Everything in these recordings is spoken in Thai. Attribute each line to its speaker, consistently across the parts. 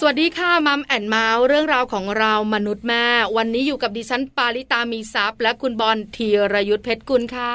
Speaker 1: สวัสดีค่ะมัมแอนเมาส์เรื่องราวของเรามนุษย์แม่ วันนี้อยู่กับดิฉันปาริตามีซัพย์และคุณบอลธีรยุทธเพชรกุลค่ะ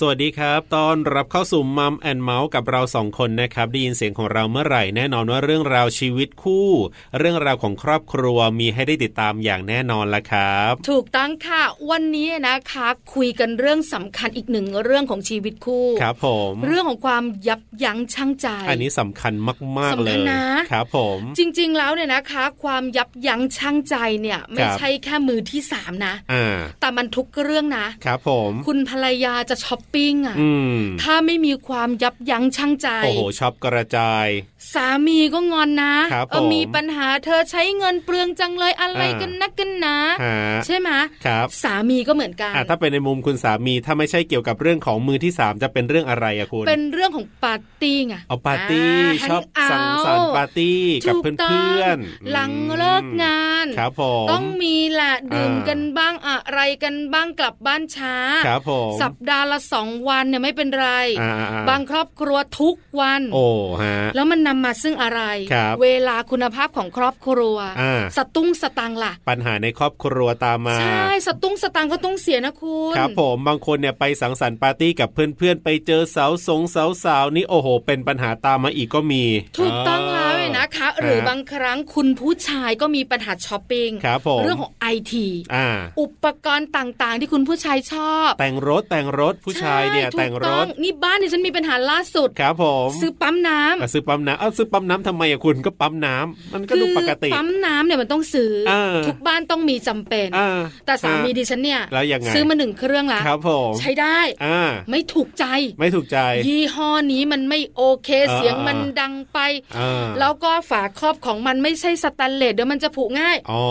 Speaker 2: สวัสดีครับต้อนรับเข้าสู่มัมแอนเมาส์กับเราสองคนนะครับ ได้ยินเสียงของเราเมื่อไหร่แน่นอนว่าเรื่องราวชีวิตคู่ เรื่องราวของครอบครัวมีให้ได้ติดตามอย่างแน่นอนละครับ
Speaker 1: ถูกต้องค่ะ วันนี้นะคะ คุยกันเรื่องสำคัญอีกหนึ่งเรื่องของชีวิตคู่
Speaker 2: ครับผม
Speaker 1: เรื่องของความยับยั้งชั่งใจ
Speaker 2: อันนี้สำคัญมาก ๆ เล
Speaker 1: สำคัญ
Speaker 2: ย
Speaker 1: นะ
Speaker 2: ครับผม
Speaker 1: จริงๆ แล้วเนี่ยนะคะ ความยับยั้งชั่งใจเนี่ย ไม่
Speaker 2: ครับ
Speaker 1: ใช่แค่มือที่สามนะ
Speaker 2: อ่า
Speaker 1: แต่มันทุกเรื่องนะ
Speaker 2: ครับผม
Speaker 1: คุณภรรยาจะช้อปปิ้งอ่ะ
Speaker 2: อืม
Speaker 1: ถ้าไม่มีความยับยั้งชั่งใจ
Speaker 2: โอ้โหชอบกระจาย
Speaker 1: สามีก็งอนนะครับ เออ
Speaker 2: ผม
Speaker 1: มีปัญหาเธอใช้เงินเปลืองจังเลยอะไร
Speaker 2: อ่ากั
Speaker 1: กันนักกันนะ
Speaker 2: ฮะ
Speaker 1: ใช่ไหม
Speaker 2: ครับ
Speaker 1: สามีก็เหมือนกัน
Speaker 2: อ่ะถ้าเป็นในมุมคุณสามีถ้าไม่ใช่เกี่ยวกับเรื่องของมือที่สามจะเป็นเรื่องอะไรอะคุณ
Speaker 1: เป็นเรื่องของปาร์ตี้ไง
Speaker 2: เอาปาร์ตี้
Speaker 1: า
Speaker 2: ชอบ
Speaker 1: แฮ
Speaker 2: สังสรรค์ปาร์ตี้กับ
Speaker 1: ถู
Speaker 2: เพื่อ
Speaker 1: ต้ง
Speaker 2: นเพื่อนๆ
Speaker 1: หลังเลิกงาน
Speaker 2: ครับผม
Speaker 1: ต้องมีแหละดื่ม
Speaker 2: อ่า
Speaker 1: กันบ้างอะไรกันบ้างกลับบ้านช้า
Speaker 2: ครับผม
Speaker 1: สัปดาห์ละสองวันเนี่ยไม่เป็นไร
Speaker 2: อ่ๆๆ
Speaker 1: บางครอบครัวทุกวัน
Speaker 2: โอ้ฮะ
Speaker 1: แล้วมันนำมาซึ่งอะไร
Speaker 2: ครับ
Speaker 1: เวลาคุณภาพของครอบครัว
Speaker 2: อ่า
Speaker 1: สตุ้งสตังค์ล่ะ
Speaker 2: ปัญหาในครอบครัวตามมา
Speaker 1: ใช่ สตุ้งสตังค์ก็ต้องเสียนะคุณ
Speaker 2: ครับผมบางคนเนี่ยไปสังสรรค์ปาร์ตี้กับเพื่อนๆ ไปเจอสาวสงสาวสาวนี่โอ้โห เป็นปัญหาตามมาอีกก็มี
Speaker 1: ถูกต้องแล้วเนี่ยนะคะ หรือ
Speaker 2: ฮ
Speaker 1: บางครั้งคุณผู้ชายก็มีปัญหาช้อปปิ
Speaker 2: ค้ รับผ
Speaker 1: ง
Speaker 2: ม
Speaker 1: เรื่องของไอที
Speaker 2: อ่า
Speaker 1: อุปกรณ์ต่างๆ ที่คุณผู้ชายชอบ
Speaker 2: แต่งรถแต่งรถผู้ชายเนี่ย
Speaker 1: ใช่
Speaker 2: แต่ง
Speaker 1: ถูก
Speaker 2: ร
Speaker 1: อ
Speaker 2: ถ
Speaker 1: นี่บ้านที่ฉันมีปัญหาล่าสุด
Speaker 2: ครับผม
Speaker 1: ซื้อปั๊มน้ำ
Speaker 2: อ่ะซื้อปั๊มน้ำเอ้าซื้อปั๊มน้ำทำไมอะคุณก็ปั๊มน้ำมันก็ดูปกติ
Speaker 1: ปั๊มน้ำเนี่ยมันต้องซื้อ
Speaker 2: เออ
Speaker 1: ทุกบ้านต้องมีจำเป็น
Speaker 2: อ่า
Speaker 1: แต่สามี
Speaker 2: ฮะ
Speaker 1: ดิฉันเนี่ย
Speaker 2: แล้วยังไง
Speaker 1: ซื้อมาหนึ่งเครื่องละ
Speaker 2: ครับผม
Speaker 1: ใช้ได้
Speaker 2: อ่า
Speaker 1: ไม่ถูกใจ
Speaker 2: ไม่ถูกใจ
Speaker 1: ยี่ห้อนี้มันไม่โอเค
Speaker 2: เออ
Speaker 1: เสียง
Speaker 2: เออ
Speaker 1: มันดังไป
Speaker 2: อ่า
Speaker 1: แล้วก็ฝาครอบของมันไม่ใช่สแตนเลสเดี๋ยวมันจะผุง่าย
Speaker 2: อ๋อ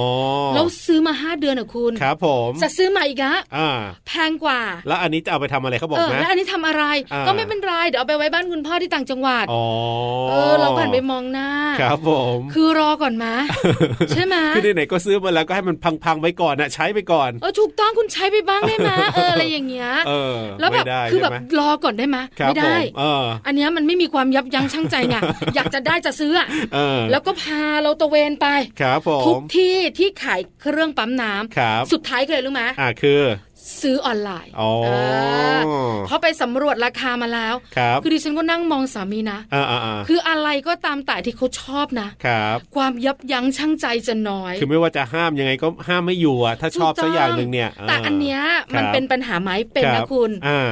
Speaker 1: แล้วซื้อมาห้าเดือนอะคุณ
Speaker 2: ครับผม
Speaker 1: จะซื้อใหม่อีกอะ
Speaker 2: อ่า
Speaker 1: แพงกว่า
Speaker 2: แล้วอันนี้จะเอาไปทำอะไรเขาบอก
Speaker 1: เออ
Speaker 2: นะ
Speaker 1: แล้วอันนี้ทำอะไร
Speaker 2: อ่า
Speaker 1: ก็ไม่เป็นไร เดี๋ยวเอาไปไว้บ้านคุณพ่อที่ต่างจังหวัด
Speaker 2: อ๋อ
Speaker 1: เออเราผ่านไปมองหน้า
Speaker 2: ครับผม
Speaker 1: คือรอก่อน มาใช่ไหม
Speaker 2: คือไหนๆก็ซื้อมาแล้วก็ให้มันพังๆไว้ก่อนนะใช้ไปก่อน
Speaker 1: เออถูกต้องคุณใช้ไปบ้างได้ไหมเอออะไรอย่างเงี้ย
Speaker 2: เออ
Speaker 1: แล้วแบบ
Speaker 2: ไม่ได้
Speaker 1: คือแบบ
Speaker 2: ใช่ไหม
Speaker 1: รอก่อนได้ไหม
Speaker 2: ครับ
Speaker 1: ไม่
Speaker 2: ผ
Speaker 1: ได้
Speaker 2: มเออ
Speaker 1: อันเนี้ยมันไม่มีความยับยั้งชั่งใจ ไง อยากจะได้จะซื้ออะ
Speaker 2: เออ
Speaker 1: แล้วก็พาเราตระเวนไป
Speaker 2: ครับผ
Speaker 1: ทุก
Speaker 2: ม
Speaker 1: ที่ที่ขายเครื่องปั๊มน้ำ
Speaker 2: ครับ
Speaker 1: สุดท้ายคืออะไรรู้ไหม
Speaker 2: อ่าคือ
Speaker 1: ซื้อออนไลน์
Speaker 2: อ๋อ
Speaker 1: เออเขาไปสำรวจราคามาแล้ว
Speaker 2: ครับ
Speaker 1: คือดิฉันก็นั่งมองสามีนะ
Speaker 2: อ่าอ่า
Speaker 1: คืออะไรก็ตามแต่ที่เขาชอบนะ
Speaker 2: ครับ
Speaker 1: ความยับยั้งชั่งใจจะน้อย
Speaker 2: คือไม่ว่าจะห้ามยังไงก็ห้ามไม่อยู่อะถ้าชอบ
Speaker 1: ถู
Speaker 2: สั
Speaker 1: ก
Speaker 2: กอย่างหนึ่งเนี่ย
Speaker 1: แต่
Speaker 2: า
Speaker 1: อันเนี้ยมัน
Speaker 2: ครับ
Speaker 1: เป็นปัญหาไหมเป็น
Speaker 2: รั
Speaker 1: นะ
Speaker 2: บ
Speaker 1: คุณ
Speaker 2: อ่า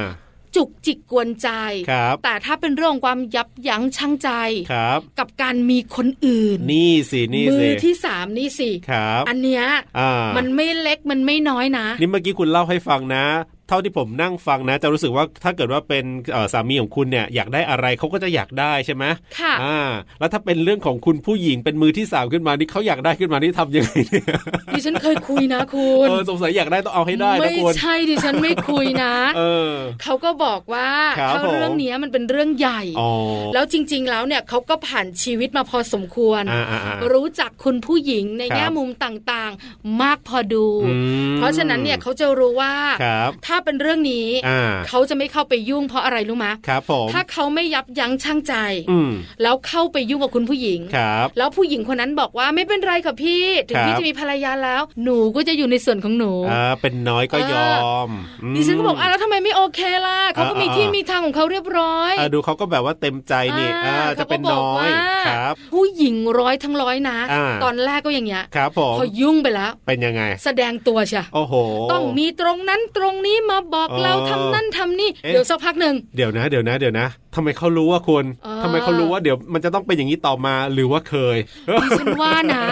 Speaker 1: จุกจิกกวนใจ
Speaker 2: ครับ
Speaker 1: แต่ถ้าเป็นเรื่องของความยับยั้งชั่งใจ
Speaker 2: ครับ
Speaker 1: กับการมีคนอื่น
Speaker 2: นี่สินี่
Speaker 1: มื
Speaker 2: สิ
Speaker 1: อที่สามนี่สิ
Speaker 2: ครับ
Speaker 1: อันเนี้ย
Speaker 2: อ่า
Speaker 1: มันไม่เล็กมันไม่น้อยนะ
Speaker 2: นี่เมื่อกี้คุณเล่าให้ฟังนะ เท่าที่ผมนั่งฟังนะ จะรู้สึกว่าถ้าเกิดว่าเป็นเอ่อสามีของคุณเนี่ยอยากได้อะไรเขาก็จะอยากได้ใช่ไหม
Speaker 1: ค่ะ
Speaker 2: อ่า แล้วถ้าเป็นเรื่องของคุณผู้หญิงเป็นมือที่สามขึ้นมานี่เขาอยากได้ขึ้นมานี่ทำยังไงเนี่ย
Speaker 1: ดิฉันเคยคุยนะคุณ
Speaker 2: เออสงสัยอยากได้ต้องเอาให้ได้นะ
Speaker 1: ไม่
Speaker 2: คุณ
Speaker 1: ใช่ดิฉันไม่คุยนะ
Speaker 2: เออ
Speaker 1: เขาก็บอกว่า
Speaker 2: ครับ
Speaker 1: ถ้าเรื่อง
Speaker 2: ผม
Speaker 1: เนี้ยมันเป็นเรื่องใหญ่
Speaker 2: อ๋อ
Speaker 1: แล้วจริง ๆ แล้วเนี่ยเขาก็ผ่านชีวิตมาพอสมควร
Speaker 2: อ่าอ่าอ่า
Speaker 1: รู้จักคุณผู้หญิงใน
Speaker 2: ครับ
Speaker 1: แง่มุมต่างๆ มากพอดู
Speaker 2: อืม
Speaker 1: เพราะฉะนั้นเนี่ยเขาจะรู้ว่า
Speaker 2: ครับ
Speaker 1: ถ้าเป็นเรื่องนี้
Speaker 2: อ่า
Speaker 1: เขาจะไม่เข้าไปยุ่งเพราะอะไรรู้มะ
Speaker 2: ครับผม
Speaker 1: ถ้าเขาไม่ยับยั้งชั่งใจ
Speaker 2: อืม
Speaker 1: แล้วเข้าไปยุ่งกับคุณผู้หญิง
Speaker 2: ครับ
Speaker 1: แล้วผู้หญิงคนนั้นบอกว่าไม่เป็นไรค่ะพี่ ถึง
Speaker 2: ครับ
Speaker 1: พี่จะมีภรรยาแล้ว หนูก็จะอยู่ในส่วนของหนู
Speaker 2: อ่าเป็นน้อยก็ยอมม
Speaker 1: ดิฉันก็บอกอ่ะแล้วทำไมไม่โอเคล่ะเขาก็มี
Speaker 2: อ่า
Speaker 1: ที่
Speaker 2: อ่ามี
Speaker 1: มีทางของเขาเรียบร้อย
Speaker 2: อ่าดูเขาก็แบบว่าเต็มใจนี่อ่าจะเป็นน้อย
Speaker 1: ขาก็บกว่า
Speaker 2: ครับ
Speaker 1: ผู้หญิงร้อยทั้งร้อยนะ
Speaker 2: อ่า
Speaker 1: ตอนแรกก็อย่างเงี้ย
Speaker 2: ครับผม
Speaker 1: พอยุ่งไปแล้ว
Speaker 2: เป็นยังไง
Speaker 1: แสดงตัวใช่
Speaker 2: โอ้โห
Speaker 1: ต้องมีตรงนั้นตรงนี้มาบอก
Speaker 2: อ๋อ
Speaker 1: เราทำนั่นทำนี่
Speaker 2: เอ๊ะ
Speaker 1: เดี๋ยวสักพักหนึ่ง
Speaker 2: เดี๋ยวนะเดี๋ยวนะเดี๋ยวนะทำไมเขารู้ว่าคุณ
Speaker 1: เออ
Speaker 2: ทำไมเขารู้ว่าเดี๋ยวมันจะต้องเป็นอย่างนี้ต่อมาหรือว่าเคย
Speaker 1: ดิฉันว่านะ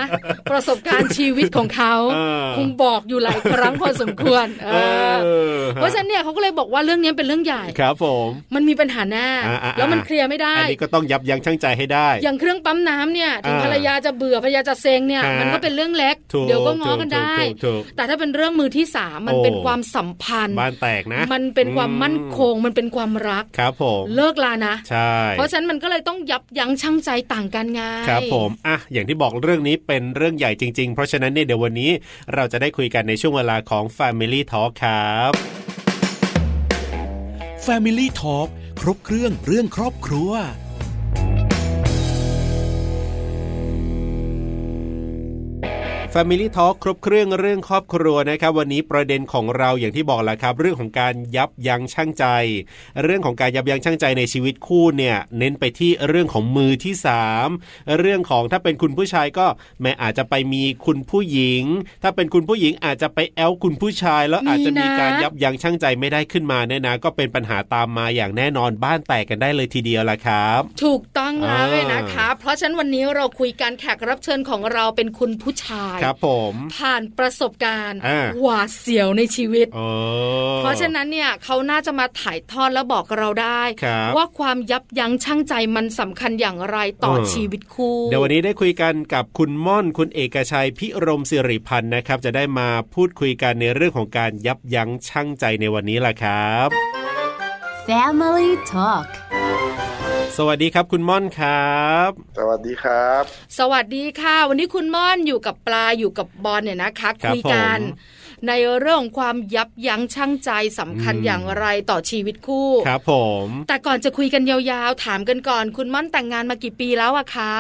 Speaker 1: ประสบการณ์ชีวิตของเขา
Speaker 2: เออ
Speaker 1: คงบอกอยู่หลายครั้งพอสมควรเออ
Speaker 2: เออ
Speaker 1: เพราะฉะนั้นเนี่ยเขาก็เลยบอกว่าเรื่องนี้เป็นเรื่องใหญ่
Speaker 2: ครับผม
Speaker 1: มันมีปัญหาแน่
Speaker 2: อ่าอ่า
Speaker 1: แล้วมันเคลียร์ไม่ได้
Speaker 2: อันนี้ก็ต้องยับยั้งชั่งใจให้ได้
Speaker 1: อย่างเครื่องปั๊มน้ำเนี่ยถึง
Speaker 2: อ่า
Speaker 1: ภรรยาจะเบื่อภรรยาจะเซ็งเนี่ย
Speaker 2: ฮะ
Speaker 1: มันก็เป็นเรื่องเล็ก
Speaker 2: ถู
Speaker 1: เดี๋ยวก็ง้อ
Speaker 2: ถู
Speaker 1: กันได้
Speaker 2: ถูถูถูก
Speaker 1: แต่ถ้าเป็นเรื่องมือที่สามมัน
Speaker 2: โอ้
Speaker 1: เป็นความสัมพันธ์
Speaker 2: บ้านแตกนะ
Speaker 1: มันเป็นความมั่นคง
Speaker 2: อื
Speaker 1: มันเป็นความรัก
Speaker 2: มครับผม
Speaker 1: เลิกลานะ
Speaker 2: ใช่
Speaker 1: เพราะฉะนั้นมันก็เลยต้องยับยั้งชั่งใจต่างกันไง
Speaker 2: ครับผมอ่ะอย่างที่บอกเรื่องนี้เป็นเรื่องใหญ่จริง ๆ เพราะฉะนั้นเนี่ยเดี๋ยววันนี้เราจะได้คุยกันในช่วงเวลาของ Family Talk ครับ
Speaker 3: Family Talk ครบเครื่องเรื่องครอบครัว
Speaker 2: Family Talk ครบเครื่องเรื่องครอบครัวนะครับ วันนี้ประเด็นของเราอย่างที่บอกแหละครับ เรื่องของการยับยั้งชั่งใจ เรื่องของการยับยั้งชั่งใจในชีวิตคู่เนี่ยเน้นไปที่เรื่องของมือที่สามเรื่องของถ้าเป็นคุณผู้ชายก็แม้อาจจะไปมีคุณผู้หญิง ถ้าเป็นคุณผู้หญิงอาจจะไปแอลคุณผู้ชาย แล้วอาจจะมีการ
Speaker 1: มีนะ
Speaker 2: ยับยั้งชั่งใจไม่ได้ขึ้นมาเนี่ยนะ ก็เป็นปัญหาตามมาอย่างแน่นอนบ้านแตกกันได้เลยทีเดียวละครับ
Speaker 1: ถูกต้องแล้ว
Speaker 2: อ่า
Speaker 1: เลยนะคะ เพราะฉะนั้นวันนี้เราคุยกันแขกรับเชิญของเราเป็นคุณผู้ชาย
Speaker 2: ครับผม
Speaker 1: ผ่านประสบการณ์
Speaker 2: อ่า
Speaker 1: หวาดเสียวในชีวิต
Speaker 2: โอ้
Speaker 1: เพราะฉะนั้นเนี่ยเขาน่าจะมาถ่ายทอดและบอกเราได้
Speaker 2: ครับ
Speaker 1: ว่าความยับยั้งชั่งใจมันสำคัญอย่างไรต่อ
Speaker 2: เออ
Speaker 1: ชีวิตคู่
Speaker 2: เดี๋ยววันนี้ได้คุยกันกับคุณม่อนคุณเอกชัยพิรมสิริพันธ์นะครับ จะได้มาพูดคุยกันในเรื่องของการยับยั้งชั่งใจในวันนี้ล่ะครับ
Speaker 4: Family Talk
Speaker 2: สวัสดีครับคุณม่อนครับ
Speaker 5: สวัสดีครับ
Speaker 1: สวัสดีค่ะ วันนี้คุณม่อนอยู่กับปลาอยู่กับบอลเนี่ยนะคะ
Speaker 2: ครับ
Speaker 1: ยกัน
Speaker 2: ผม
Speaker 1: ในเรื่องของความยับยั้งชั่งใจสำคัญ
Speaker 2: อืม
Speaker 1: อย่างไรต่อชีวิตคู่
Speaker 2: ครับผม
Speaker 1: แต่ก่อนจะคุยกันยาวๆ ถามกันก่อน คุณม่อนแต่งงานมากี่ปีแล้วอะคะ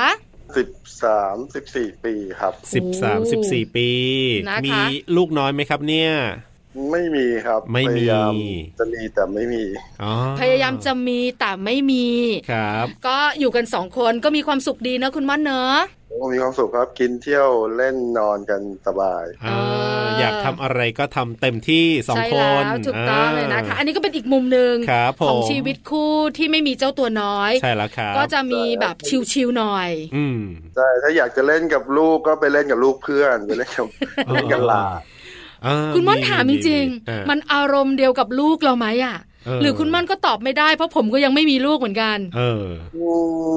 Speaker 5: สิบสามสิบสี่ปีครับ
Speaker 2: 13 14 ปี
Speaker 1: นะคะ
Speaker 2: มีลูกน้อยไหมครับเนี่ย
Speaker 5: ไม่มีครับ
Speaker 2: ไม่มี
Speaker 5: พยายามจะมีแต่ไม่มี
Speaker 2: อ๋อ
Speaker 1: พยายามจะมีแต่ไม่มี
Speaker 2: ครับ
Speaker 1: ก็อยู่กันสองคนก็มีความสุขดีนะคุณม่อนเนอะ
Speaker 5: มีความสุขครับ กินเที่ยวเล่นนอนกันสบาย
Speaker 1: เอ
Speaker 2: อ่า
Speaker 1: ออ
Speaker 2: อยากทำอะไรก็ทำเต็มที่สอง
Speaker 1: ใช่
Speaker 2: ค
Speaker 1: แล้
Speaker 2: น
Speaker 1: วถูกต้องเลยนะคะ อันนี้ก็เป็นอีกมุมหนึ่ง
Speaker 2: ครับผม
Speaker 1: ของชีวิตคู่ที่ไม่มีเจ้าตัวน้อย
Speaker 2: ใช่แล้วครับ
Speaker 1: ก็จะมีแบบชิวๆหน่อย
Speaker 2: อืม
Speaker 5: ใช่ ถ้าอยากจะเล่นกับลูกก็ไปเล่นกับลูกเพื่อน ไปเล่นกับ
Speaker 2: เออ
Speaker 5: เล่นกับหลาน
Speaker 2: อ่า
Speaker 1: คุณม่อนถามจริง
Speaker 2: อ่า
Speaker 1: ๆมันอารมณ์เดียวกับลูกเราไหมอ่ะ
Speaker 2: เออ
Speaker 1: หรือคุณม่อนก็ตอบไม่ได้เพราะผมก็ยังไม่มีลูกเหมือนกัน
Speaker 2: เออ
Speaker 5: อืม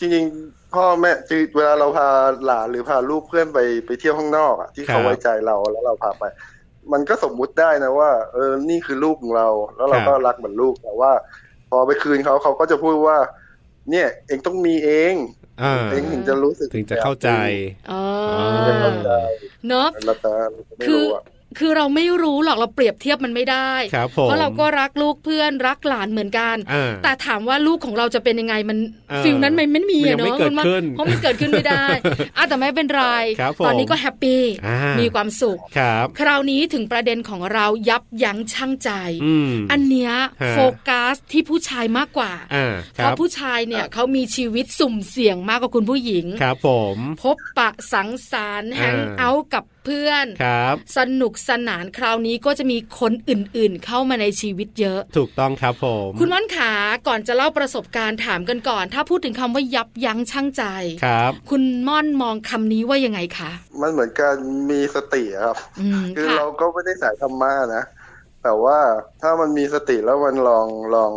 Speaker 5: จริงๆพ่อแม่จริงเวลาเราพาหลานหรือพาลูกเพื่อนไปไปเที่ยวข้างนอกอะที่
Speaker 2: ครั
Speaker 5: เขา
Speaker 2: บ
Speaker 5: ไว้ใจเราแล้วเราพาไป มันก็สมมุติได้นะว่า เออนี่คือลูกของเรา แล้วเรา
Speaker 2: ครับ
Speaker 5: ก็รักเหมือนลูกแต่ว่า พอไปคืนเขาเขาก็จะพูดว่า เนี่ยเองต้องมีเอง
Speaker 2: อ่า
Speaker 5: เองถึงจะรู้สึก
Speaker 2: ถึงจะเข้าใจ
Speaker 1: เอ
Speaker 2: เอ
Speaker 5: จะ
Speaker 2: อ
Speaker 5: เข้า
Speaker 1: อ
Speaker 5: ใจ
Speaker 1: เนอะ
Speaker 5: แล้วแต่เราไม่รู้อะ
Speaker 1: คือเราไม่รู้หรอกเราเปรียบเทียบมันไม่ได้
Speaker 2: ครับผม
Speaker 1: เพราะเราก็รักลูกเพื่อนรักหลานเหมือนกัน
Speaker 2: อ่า
Speaker 1: แต่ถามว่าลูกของเราจะเป็นยังไงมัน
Speaker 2: เออ
Speaker 1: ฟิลนั้นมันไม่มี
Speaker 2: มันยั
Speaker 1: อะ
Speaker 2: ง
Speaker 1: เนาะ
Speaker 2: ไม่เกิด
Speaker 1: มัน
Speaker 2: ขึ้น
Speaker 1: เพราะมันเกิดขึ้นไม่ได้อะแต่ไม่เป็นไร
Speaker 2: ครับผม
Speaker 1: ตอนนี้ก็แฮปปี้
Speaker 2: อ่ามี
Speaker 1: มีความสุข
Speaker 2: ครับ
Speaker 1: คราวนี้ถึงประเด็นของเรายับยั้งชั่งใจ
Speaker 2: อืม
Speaker 1: อันเนี้ย
Speaker 2: ฮะ
Speaker 1: โฟกัสที่ผู้ชายมากกว่า
Speaker 2: อ่าค
Speaker 1: เพ
Speaker 2: รับ
Speaker 1: ราะผู้ชายเนี่ยเขามีชีวิตสุ่มเสี่ยงมากกว่าคุณผู้หญิง
Speaker 2: ครับผม
Speaker 1: พบปะสังสรรค์
Speaker 2: อ่า
Speaker 1: แฮงเอาท์กับเพื่อน
Speaker 2: ครับ
Speaker 1: สนุกสนานคราวนี้ก็จะมีคนอื่นๆ เข้ามาในชีวิตเยอะ
Speaker 2: ถูกต้องครับผม
Speaker 1: คุณว่านขาก่อนจะเล่าประสบการณ์ถามกันก่อน ถ้าพูดถึงคำว่ายับยั้งชั่งใจ
Speaker 2: ครับ
Speaker 1: คุณม่อนมองคำนี้ว่ายังไงคะ
Speaker 5: มันเหมือนการมีสติอะครับ
Speaker 1: อืม
Speaker 5: คือ
Speaker 1: ค่ะ
Speaker 5: เราก็ไม่ได้สายธรรมะนะ แต่ว่าถ้ามันมีสติแล้วมันลองลอง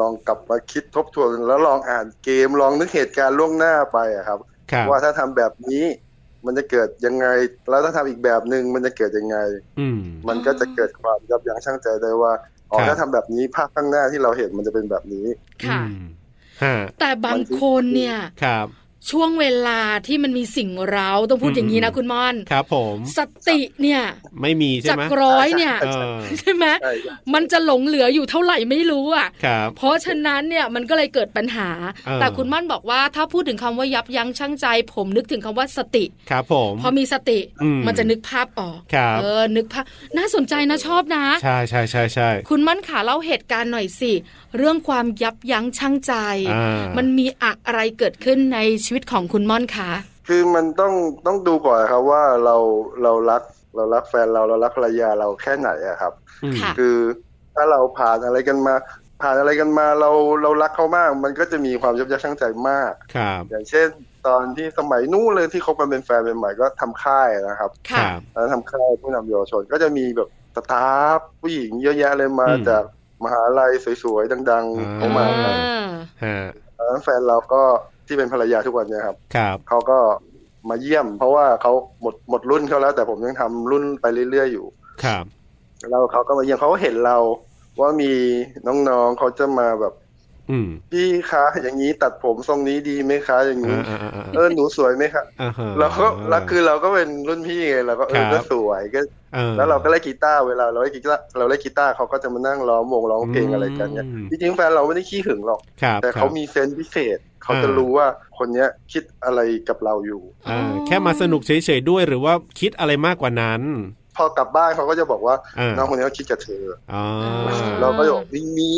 Speaker 5: ลองกลับมาคิดทบทวนแล้วลองอ่านเกมลองนึกเหตุการณ์ล่วงหน้าไปอะครับ
Speaker 2: ครับ
Speaker 5: ว่าถ้าทำแบบนี้ มันจะเกิดยังไง แล้วถ้าทำอีกแบบหนึ่งมันจะเกิดยังไง
Speaker 2: อืม
Speaker 5: มันก็จะเกิดความยับยั้งชั่งใจได้ว่าอ๋อ
Speaker 2: ครับ
Speaker 5: ถ้าทำแบบนี้ภาพข้างหน้าที่เราเห็นมันจะเป็นแบบนี้
Speaker 1: ค่ะ
Speaker 2: อืมฮะ
Speaker 1: แต่บางคนเนี่ย
Speaker 2: ครับ
Speaker 1: ช่วงเวลาที่มันมีสิ่งเร้าต้องพูด
Speaker 2: อืม
Speaker 1: อย่างนี้นะคุณม่อน
Speaker 2: ครับผม
Speaker 1: สติเนี่ย
Speaker 2: ไม่มีใช่
Speaker 1: จาก
Speaker 2: ไหม
Speaker 1: ร้อยเนี่ย
Speaker 2: เออ
Speaker 1: ใช่ไหม
Speaker 5: ใช่
Speaker 1: มันจะหลงเหลืออยู่เท่าไหร่ไม่รู้อ่ะ
Speaker 2: ครับ
Speaker 1: เพราะฉะนั้นเนี่ยมันก็เลยเกิดปัญหา
Speaker 2: เออ
Speaker 1: แต่คุณม่อนบอกว่าถ้าพูดถึงคำว่ายับยั้งชั่งใจ ผมนึกถึงคำว่าสติ
Speaker 2: ครับผม
Speaker 1: พอมีสติ
Speaker 2: อืม
Speaker 1: มันจะนึกภาพออก
Speaker 2: ครับ
Speaker 1: เออนึกภาพน่าสนใจนะชอบนะ
Speaker 2: ใช่ใช่ใช่ใช่
Speaker 1: คุณม่อนขาเล่าเหตุการณ์หน่อยสิ เรื่องความยับยั้งชั่งใจ
Speaker 2: อ่า
Speaker 1: มันมีอะไรเกิดขึ้นในชีวิตของคุณม่อนคะ
Speaker 5: คือมันต้องต้องดูก่อนครับว่าเราเรารักเรารักแฟนเราเรารักภรรยาเราแค่ไหนอะครับ
Speaker 2: อืม
Speaker 1: ค่ะ
Speaker 5: คือถ้าเราผ่านอะไรกันมา ผ่านอะไรกันมาเราเรารักเขามาก มันก็จะมีความยับยั้งชั่งใจมาก
Speaker 2: ครับ
Speaker 5: อย่างเช่น ตอนที่สมัยนู้นเลยที่คบกันเป็นแฟนเป็นใหม่ก็ทำค่ายนะครับ
Speaker 2: ค
Speaker 1: ค่ะ
Speaker 2: รับ
Speaker 5: แล้วทำค่ายผู้นำเยาวชนก็จะมีแบบสตาฟผู้หญิงเยอะแยะเลยมา
Speaker 2: อืม
Speaker 5: จากมหาลัยสวยๆดัง
Speaker 2: อ่าเข
Speaker 5: ๆเข้ามา
Speaker 1: อ่า
Speaker 2: ฮะ
Speaker 5: แล้วแฟนเราก็ที่เป็นภรรยาทุกวันเนี่ยครับ
Speaker 2: ครับ
Speaker 5: เขาก็มาเยี่ยม เพราะว่าเขาหมดหมดรุ่นเขาแล้ว แต่ผมยังทำรุ่นไปเรื่อยๆอยู่
Speaker 2: ครับ
Speaker 5: แล้วเขาก็มาเยี่ยมเขาก็เห็นเราว่ามีน้องๆเขาจะมาแบบ
Speaker 2: อืม
Speaker 5: พี่คะอย่างนี้ตัดผมทรงนี้ดีไหมคะ อย่างนี้
Speaker 2: อ่าอ่าอ่า
Speaker 5: เออหนูสวยไหมคะ
Speaker 2: อ่าฮะ
Speaker 5: เราก็แล้วคือเราก็เป็นรุ่นพี่ไงเราก็เอ
Speaker 2: ครั
Speaker 5: อบ ก็สวยก็
Speaker 2: เออ
Speaker 5: แล้วเราก็เล่นกีตาร์เวลาเราเล่นกีตาร์เราเล่นกีตาร์เขาก็จะมานั่งร้องวงร้องเพลงอะไรกันเนี่ย
Speaker 2: อืม
Speaker 5: จริงๆแฟนเราไม่ได้ขี้หึงหรอก
Speaker 2: ครับ
Speaker 5: แต่
Speaker 2: ครั
Speaker 5: เขา
Speaker 2: บ
Speaker 5: มีเซนส์พิเศษ เขาจะ
Speaker 2: อ่า
Speaker 5: รู้ว่าคนเนี้ยคิดอะไรกับเราอยู่
Speaker 2: อ่าแค่มาสนุกเฉยๆด้วยหรือว่าคิดอะไรมากกว่านั้น
Speaker 5: พอกลับบ้านเขาก็จะบอกว่า
Speaker 2: อ่า
Speaker 5: น้องคนนี้เขาคิดกับเธอ
Speaker 2: อ๋อ
Speaker 5: อ
Speaker 1: อ่า
Speaker 5: เราก็จะบอกไม่มี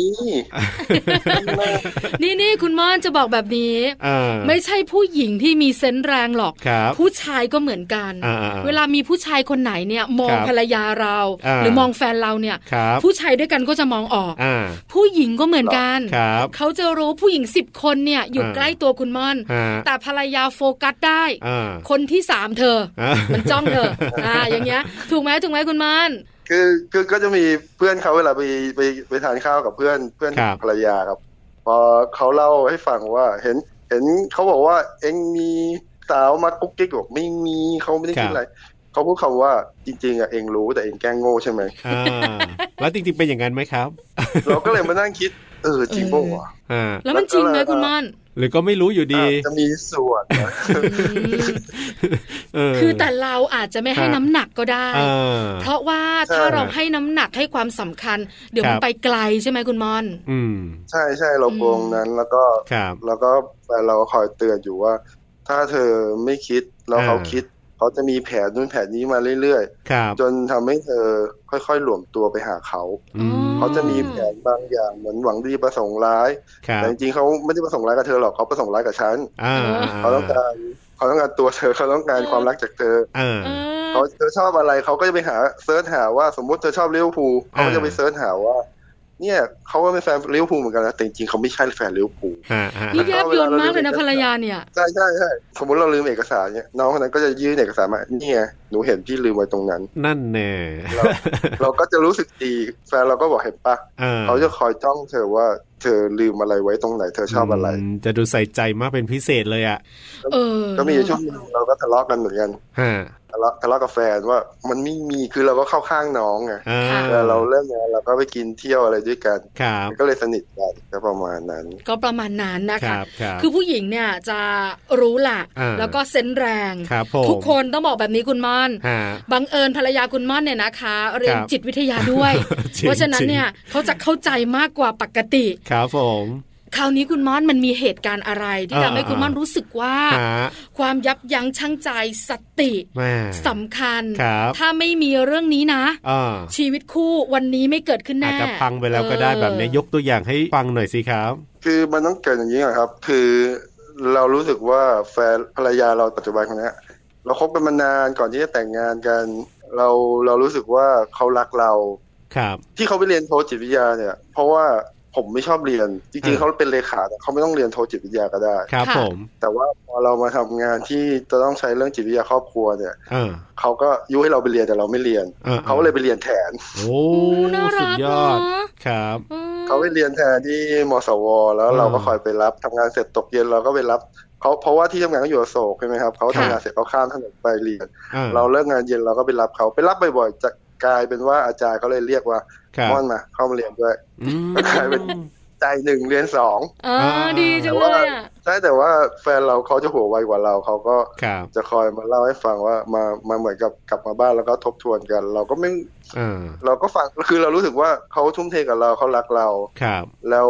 Speaker 1: นี่นี่คุณม่อนจะบอกแบบนี้
Speaker 2: อ่า
Speaker 1: ไม่ใช่ผู้หญิงที่มีเซนส์แรงหรอก
Speaker 2: ครับ
Speaker 1: ผู้ชายก็เหมือนกัน
Speaker 2: อ่าอ่าอ่า
Speaker 1: เวลามีผู้ชายคนไหนเนี่ยมอง
Speaker 2: ครับ
Speaker 1: ภรรยาเรา
Speaker 2: อ่า
Speaker 1: หรือมองแฟนเราเนี่ย
Speaker 2: ครับ
Speaker 1: ผู้ชายด้วยกันก็จะมองออก
Speaker 2: อ่า
Speaker 1: ผู้หญิงก็เหมือนกัน
Speaker 2: ครับ
Speaker 1: เขาจะรู้ผู้หญิงสิบคนเนี่ยอยู่
Speaker 2: อ่า
Speaker 1: ใกล้ตัวคุณม่อน
Speaker 2: ฮะ
Speaker 1: แต่ภรรยาโฟกัสได้
Speaker 2: อ่า
Speaker 1: คนที่สามเธอ
Speaker 2: อ่ามั
Speaker 1: มันจ้องเธอ อ่า อย่างเงี้ย ถูกไหมถูกไหมคุณม่อน
Speaker 5: คือคือก็จะมีเพื่อนเขาเวลาไปไปไปทานข้าวกับเพื่อนเพื่อน
Speaker 2: ครับ
Speaker 5: ภรรยาครับ พอเขาเล่าให้ฟังว่า เห็นเห็นเขาบอกว่าเอ็งมีสาวมากุ๊กกิ๊กบอกไม่มีเขาไม่ได้คิดอะไรเขาพูดคำว่าจริงๆอ่ะเองรู้แต่เองแกล้งโง่ใช่ไหม
Speaker 2: อ่าแล้วจริงๆเป็นอย่างนั้นไหมครับ
Speaker 5: เราก็เลยมานั่งคิด เออจริงป่าวะ
Speaker 2: อ่า
Speaker 1: แล้วมันจริงไหม
Speaker 5: แล้วก็
Speaker 1: คุณม่อน
Speaker 2: หรือก็ไม่รู้อยู่ดี
Speaker 5: อาจจะมีส่วนนะ
Speaker 1: อืม
Speaker 2: เออ
Speaker 1: คือแต่เราอาจจะไม่ให้
Speaker 2: ฮะ
Speaker 1: น้ำหนักก็ได้
Speaker 2: อ่า
Speaker 1: เพราะว่า
Speaker 5: ใช่
Speaker 1: ถ้าเราให้น้ำหนักให้ความสำคัญ เดี๋ยว
Speaker 2: ครั
Speaker 1: มัน
Speaker 2: บ
Speaker 1: ไปไกลใช่ไหมคุณม่อน
Speaker 2: อืม
Speaker 5: ใช่ใช่เราโกงนั้นแล้วก็
Speaker 2: ครับ
Speaker 5: แล้วก็แฟนเราคอยเตือนอยู่ว่า ถ้าเธอไม่คิดแล้วเขา
Speaker 2: อ่า
Speaker 5: คิด เขาจะมีแผนนู่นแผนนี้มาเรื่อย
Speaker 2: ครับ
Speaker 5: ๆ จนทำให้เธอค่อยๆหลวมตัวไปหาเขา
Speaker 2: อืม
Speaker 5: เขาจะมีแผนบางอย่างเหมือนหวังดีประสงค์ร้าย
Speaker 2: ครั
Speaker 5: แต่
Speaker 2: บ
Speaker 5: จริงๆเขาไม่ได้ประสงค์ร้ายกับเธอหรอกเขาประสงค์ร้ายกับฉัน
Speaker 2: อ่า
Speaker 5: เขาต้องการเขาต้องการตัวเธอเขาต้องการ
Speaker 1: เออ
Speaker 5: ความรักจากเธอ
Speaker 2: อ่า
Speaker 1: เออ
Speaker 5: เขาเธอชอบอะไรเขาก็จะไปหาเซิร์ชหาว่าสมมติเธอชอบลิเวอร์พูลเขาก็จะไปเซิร์ชหาว่า เนี่ยเขาก็เป็นแฟนลิเวอร์พูลเหมือนกันนะแต่จริงๆเขาไม่ใช่แฟนลิเวอร์พูล
Speaker 2: ฮะฮะ
Speaker 1: นี่แยบยนต์มากเลยนะภรรยาเนี่ย
Speaker 5: ใช่ใช่ใช่สมมติเราลืมเอกสารเนี่ยน้องคนนั้นก็จะยื่นเอกสารมานี่ไงหนูเห็นพี่ลืมไว้ตรงนั้น
Speaker 2: นั่นแน่
Speaker 5: เรา เราก็จะรู้สึกดีแฟนเราก็บอกเห็นปะ
Speaker 2: อ่
Speaker 5: เขาจะคอยจ้องเธอว่าเธอลืมอะไรไว้ตรงไหน เธอชอบอะไร
Speaker 2: มจะดูใส่ใจมากเป็นพิเศษเลยอ่ะ
Speaker 1: เออ
Speaker 5: ก็มีอยู่ช่วงหนึงเราก็ทะเลาะกันเหมือนกัน
Speaker 2: ฮะ
Speaker 5: ทะเลาะทะเลาะกับแฟนว่ามันไม่มีคือเราก็เข้าข้างน้องไง
Speaker 2: อ่า
Speaker 5: เวลาเราเลิกงานเราก็ไปกินเที่ยวอะไรด้วยกัน
Speaker 2: ครับ
Speaker 5: ก็เลยสนิทกันก็ประมาณนั้น
Speaker 1: ก็ประมาณนั้นนะ
Speaker 2: ค
Speaker 1: คะ
Speaker 2: รับครับ
Speaker 1: คือผู้หญิงเนี่ยจะรู้ล่ะ
Speaker 2: อ่า
Speaker 1: แล้วก็เซนส์แรง
Speaker 2: ครับผม
Speaker 1: ทุกคนต้องบอกแบบนี้คุณม่อน
Speaker 2: ฮะ
Speaker 1: บังเอิญภรรยาคุณม่อนเนี่ยนะคะ เรียน
Speaker 2: ครับ
Speaker 1: จิตวิทยาด้วย
Speaker 2: จริง
Speaker 1: เพราะฉะนั้นเนี่ยเขาจะเข้าใจมากกว่าปกติ
Speaker 2: ครับผม
Speaker 1: คราวนี้คุณม่อนมันมีเหตุการณ์อะไร ที่
Speaker 2: อ่า
Speaker 1: ทำให้คุณม่อนรู้สึกว่า
Speaker 2: ฮะ
Speaker 1: ความยับยั้งชั่งใจสติ
Speaker 2: แม่
Speaker 1: สำคัญ
Speaker 2: ครับ
Speaker 1: ถ้าไม่มีเรื่องนี้นะ
Speaker 2: อ่า
Speaker 1: ชีวิตคู่วันนี้ไม่เกิดขึ้น
Speaker 2: อาจ
Speaker 1: แน่
Speaker 2: จะพังไปแล้วก็ได้
Speaker 1: เออ
Speaker 2: แบบนี้ยกตัวอย่างให้ฟังหน่อยสิครับ
Speaker 5: คือมันต้องเกิดอย่างนี้ก่อนครับ คือเรารู้สึกว่าแฟนภรรยาเราปัจจุบันคนเนี้ยเราคบกันมานานก่อนที่จะแต่งงานกัน เราเรารู้สึกว่าเขารักเรา
Speaker 2: ครับ
Speaker 5: ที่เขาไปเรียนโทจิตวิทยาเนี่ย เพราะว่าผมไม่ชอบเรียน จริง
Speaker 2: อ่า
Speaker 5: ๆเขาเป็นเลขาแต่เขาไม่ต้องเรียนโทจิตวิทยาก็ได้
Speaker 2: ครับผม
Speaker 5: แต่ว่าพอเรามาทำงานที่จะต้องใช้เรื่องจิตวิทยาครอบครัวเนี่ย
Speaker 2: เออ
Speaker 5: เขาก็ยุให้เราไปเรียนแต่เราไม่เรียน
Speaker 2: ออ
Speaker 5: เขาเลยไปเรียนแทน
Speaker 2: โอ้
Speaker 1: โอ้น่า
Speaker 2: สุ
Speaker 1: รั
Speaker 2: ด
Speaker 1: ก
Speaker 2: ย
Speaker 1: เน
Speaker 2: อด
Speaker 1: อะ
Speaker 2: ครับ
Speaker 1: อืม
Speaker 5: เขาไปเรียนแทนที่มสว แล้ว
Speaker 2: อ่า
Speaker 5: เราก็คอยไปรับทำงานเสร็จตกเย็นเราก็ไปรับเขาเพราะว่าที่ทำงานเขาอยู่อโศกใช่ไหมครับเขา
Speaker 2: ค่ะ
Speaker 5: ทำงานเสร็จเขาข้ามถนนไปเรียน
Speaker 2: อ่
Speaker 5: เราเลิกงานเย็นเราก็ไปรับเขาไปรับบ่อยๆจะกลายเป็นว่าอาจารย์เขาเลยเรียกว่า
Speaker 2: ครับ
Speaker 5: ม่อนมาเข้ามาเรียนด้วย
Speaker 2: อืม
Speaker 5: กลายเป็น ใจหนึ่งเรียนสอง
Speaker 1: อ่า
Speaker 2: อ่า
Speaker 1: ดีจังเลยอ่ะ
Speaker 5: ใช่แต่ว่าแฟนเราเขาจะหัวไวกว่าเราเขาก็
Speaker 2: ครับ
Speaker 5: จะคอยมาเล่าให้ฟังว่ามามาเหมือนกับกลับมาบ้านแล้วก็ทบทวนกัน เราก็ไม่
Speaker 2: อ่า
Speaker 5: เราก็ฟังคือเรารู้สึกว่าเขาทุ่มเทกับเราเขารักเรา
Speaker 2: ครับ
Speaker 5: แล้ว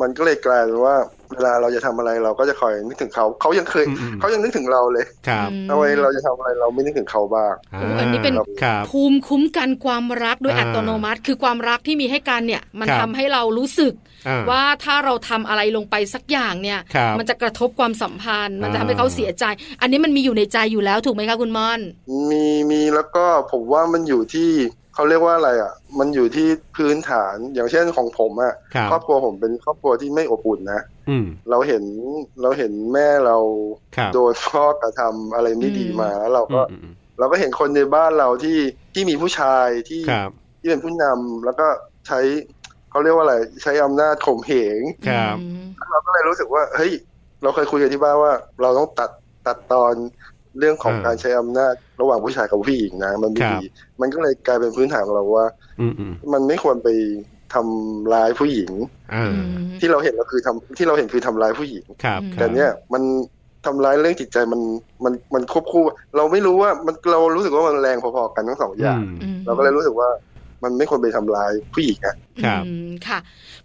Speaker 5: มันก็เลยกลายเป็นว่าเวลาเราจะทำอะไรเราก็จะคอยนึกถึงเขา เขายังเคย
Speaker 2: อืมอืม
Speaker 5: เขายังนึกถึงเราเลย
Speaker 2: ครับ
Speaker 1: ม
Speaker 5: ทำไมเราจะทำอะไรเราไม่นึกถึงเขาบ้าง
Speaker 1: โอ้อันนี้เป็น
Speaker 2: ครับ
Speaker 1: ภูมิคุ้มกันความรักโดย
Speaker 2: อ่า
Speaker 1: อัตโนมัติ คือความรักที่มีให้กันเนี่ย มัน
Speaker 2: ครับ
Speaker 1: ทำให้เรารู้สึก
Speaker 2: อ่
Speaker 1: ว่าถ้าเราทำอะไรลงไปสักอย่างเนี่ย
Speaker 2: ครับ
Speaker 1: มันจะกระทบความสัมพันธ์ มันจะ
Speaker 2: อ่า
Speaker 1: ทำให้เขาเสียใจ อันนี้มันมีอยู่ในใจอยู่แล้วถูกไหมคะคุณม่อน
Speaker 5: มีมีแล้วก็ผมว่ามันอยู่ที่เขาเรียกว่าอะไรอ่ะ มันอยู่ที่พื้นฐานอย่างเช่นของผมอ่ะ
Speaker 2: ครับ
Speaker 5: ครอบครัวผมเป็นครอบครัวที่ไม่อบอุ่นนะ
Speaker 2: อืม
Speaker 5: เราเห็นเราเห็นแม่เรา
Speaker 2: ครับ
Speaker 5: โดนพ่อกระทำอะไรไม่ดีมาแล้วเราก็
Speaker 2: อืมอืม
Speaker 5: เราก็เห็นคนในบ้านเราที่ที่มีผู้ชายที่
Speaker 2: ครับ
Speaker 5: ที่เป็นผู้นำแล้วก็ใช้เขาเรียกว่าอะไรใช้อำนาจข่มเหง
Speaker 2: ครับ
Speaker 1: อืม
Speaker 5: เราก็เลยรู้สึกว่าเฮ้ยเราเคยคุยกันที่บ้านว่า เราต้องตัดตัดตอนเรื่องของ
Speaker 2: อ่า
Speaker 5: การใช้อำนาจระหว่างผู้ชายกับผู้หญิงนะมันไม่
Speaker 2: ครับ
Speaker 5: ดีมันก็เลยกลายเป็นพื้นฐานของเราว่า
Speaker 2: อืมอืม
Speaker 5: มันไม่ควรไปทำร้ายผู้หญิง
Speaker 2: อ่า
Speaker 1: อืม
Speaker 5: ที่เราเห็นก็คือทำที่เราเห็นคือทำร้ายผู้หญิง
Speaker 2: ครับ
Speaker 1: อืม
Speaker 2: ครับ
Speaker 5: แต่เนี้ยมัน ทำร้ายเรื่องจิตใจมันมันมันควบคู่ เราไม่รู้ว่ามันเรารู้สึกว่ามันแรงพอๆกันทั้งสองอย่าง
Speaker 2: ม
Speaker 1: อืม
Speaker 5: เราก็เลยรู้สึกว่ามันไม่ควรไปทำร้ายผู้หญิงอะ
Speaker 2: ครับ
Speaker 1: อืมค่ะ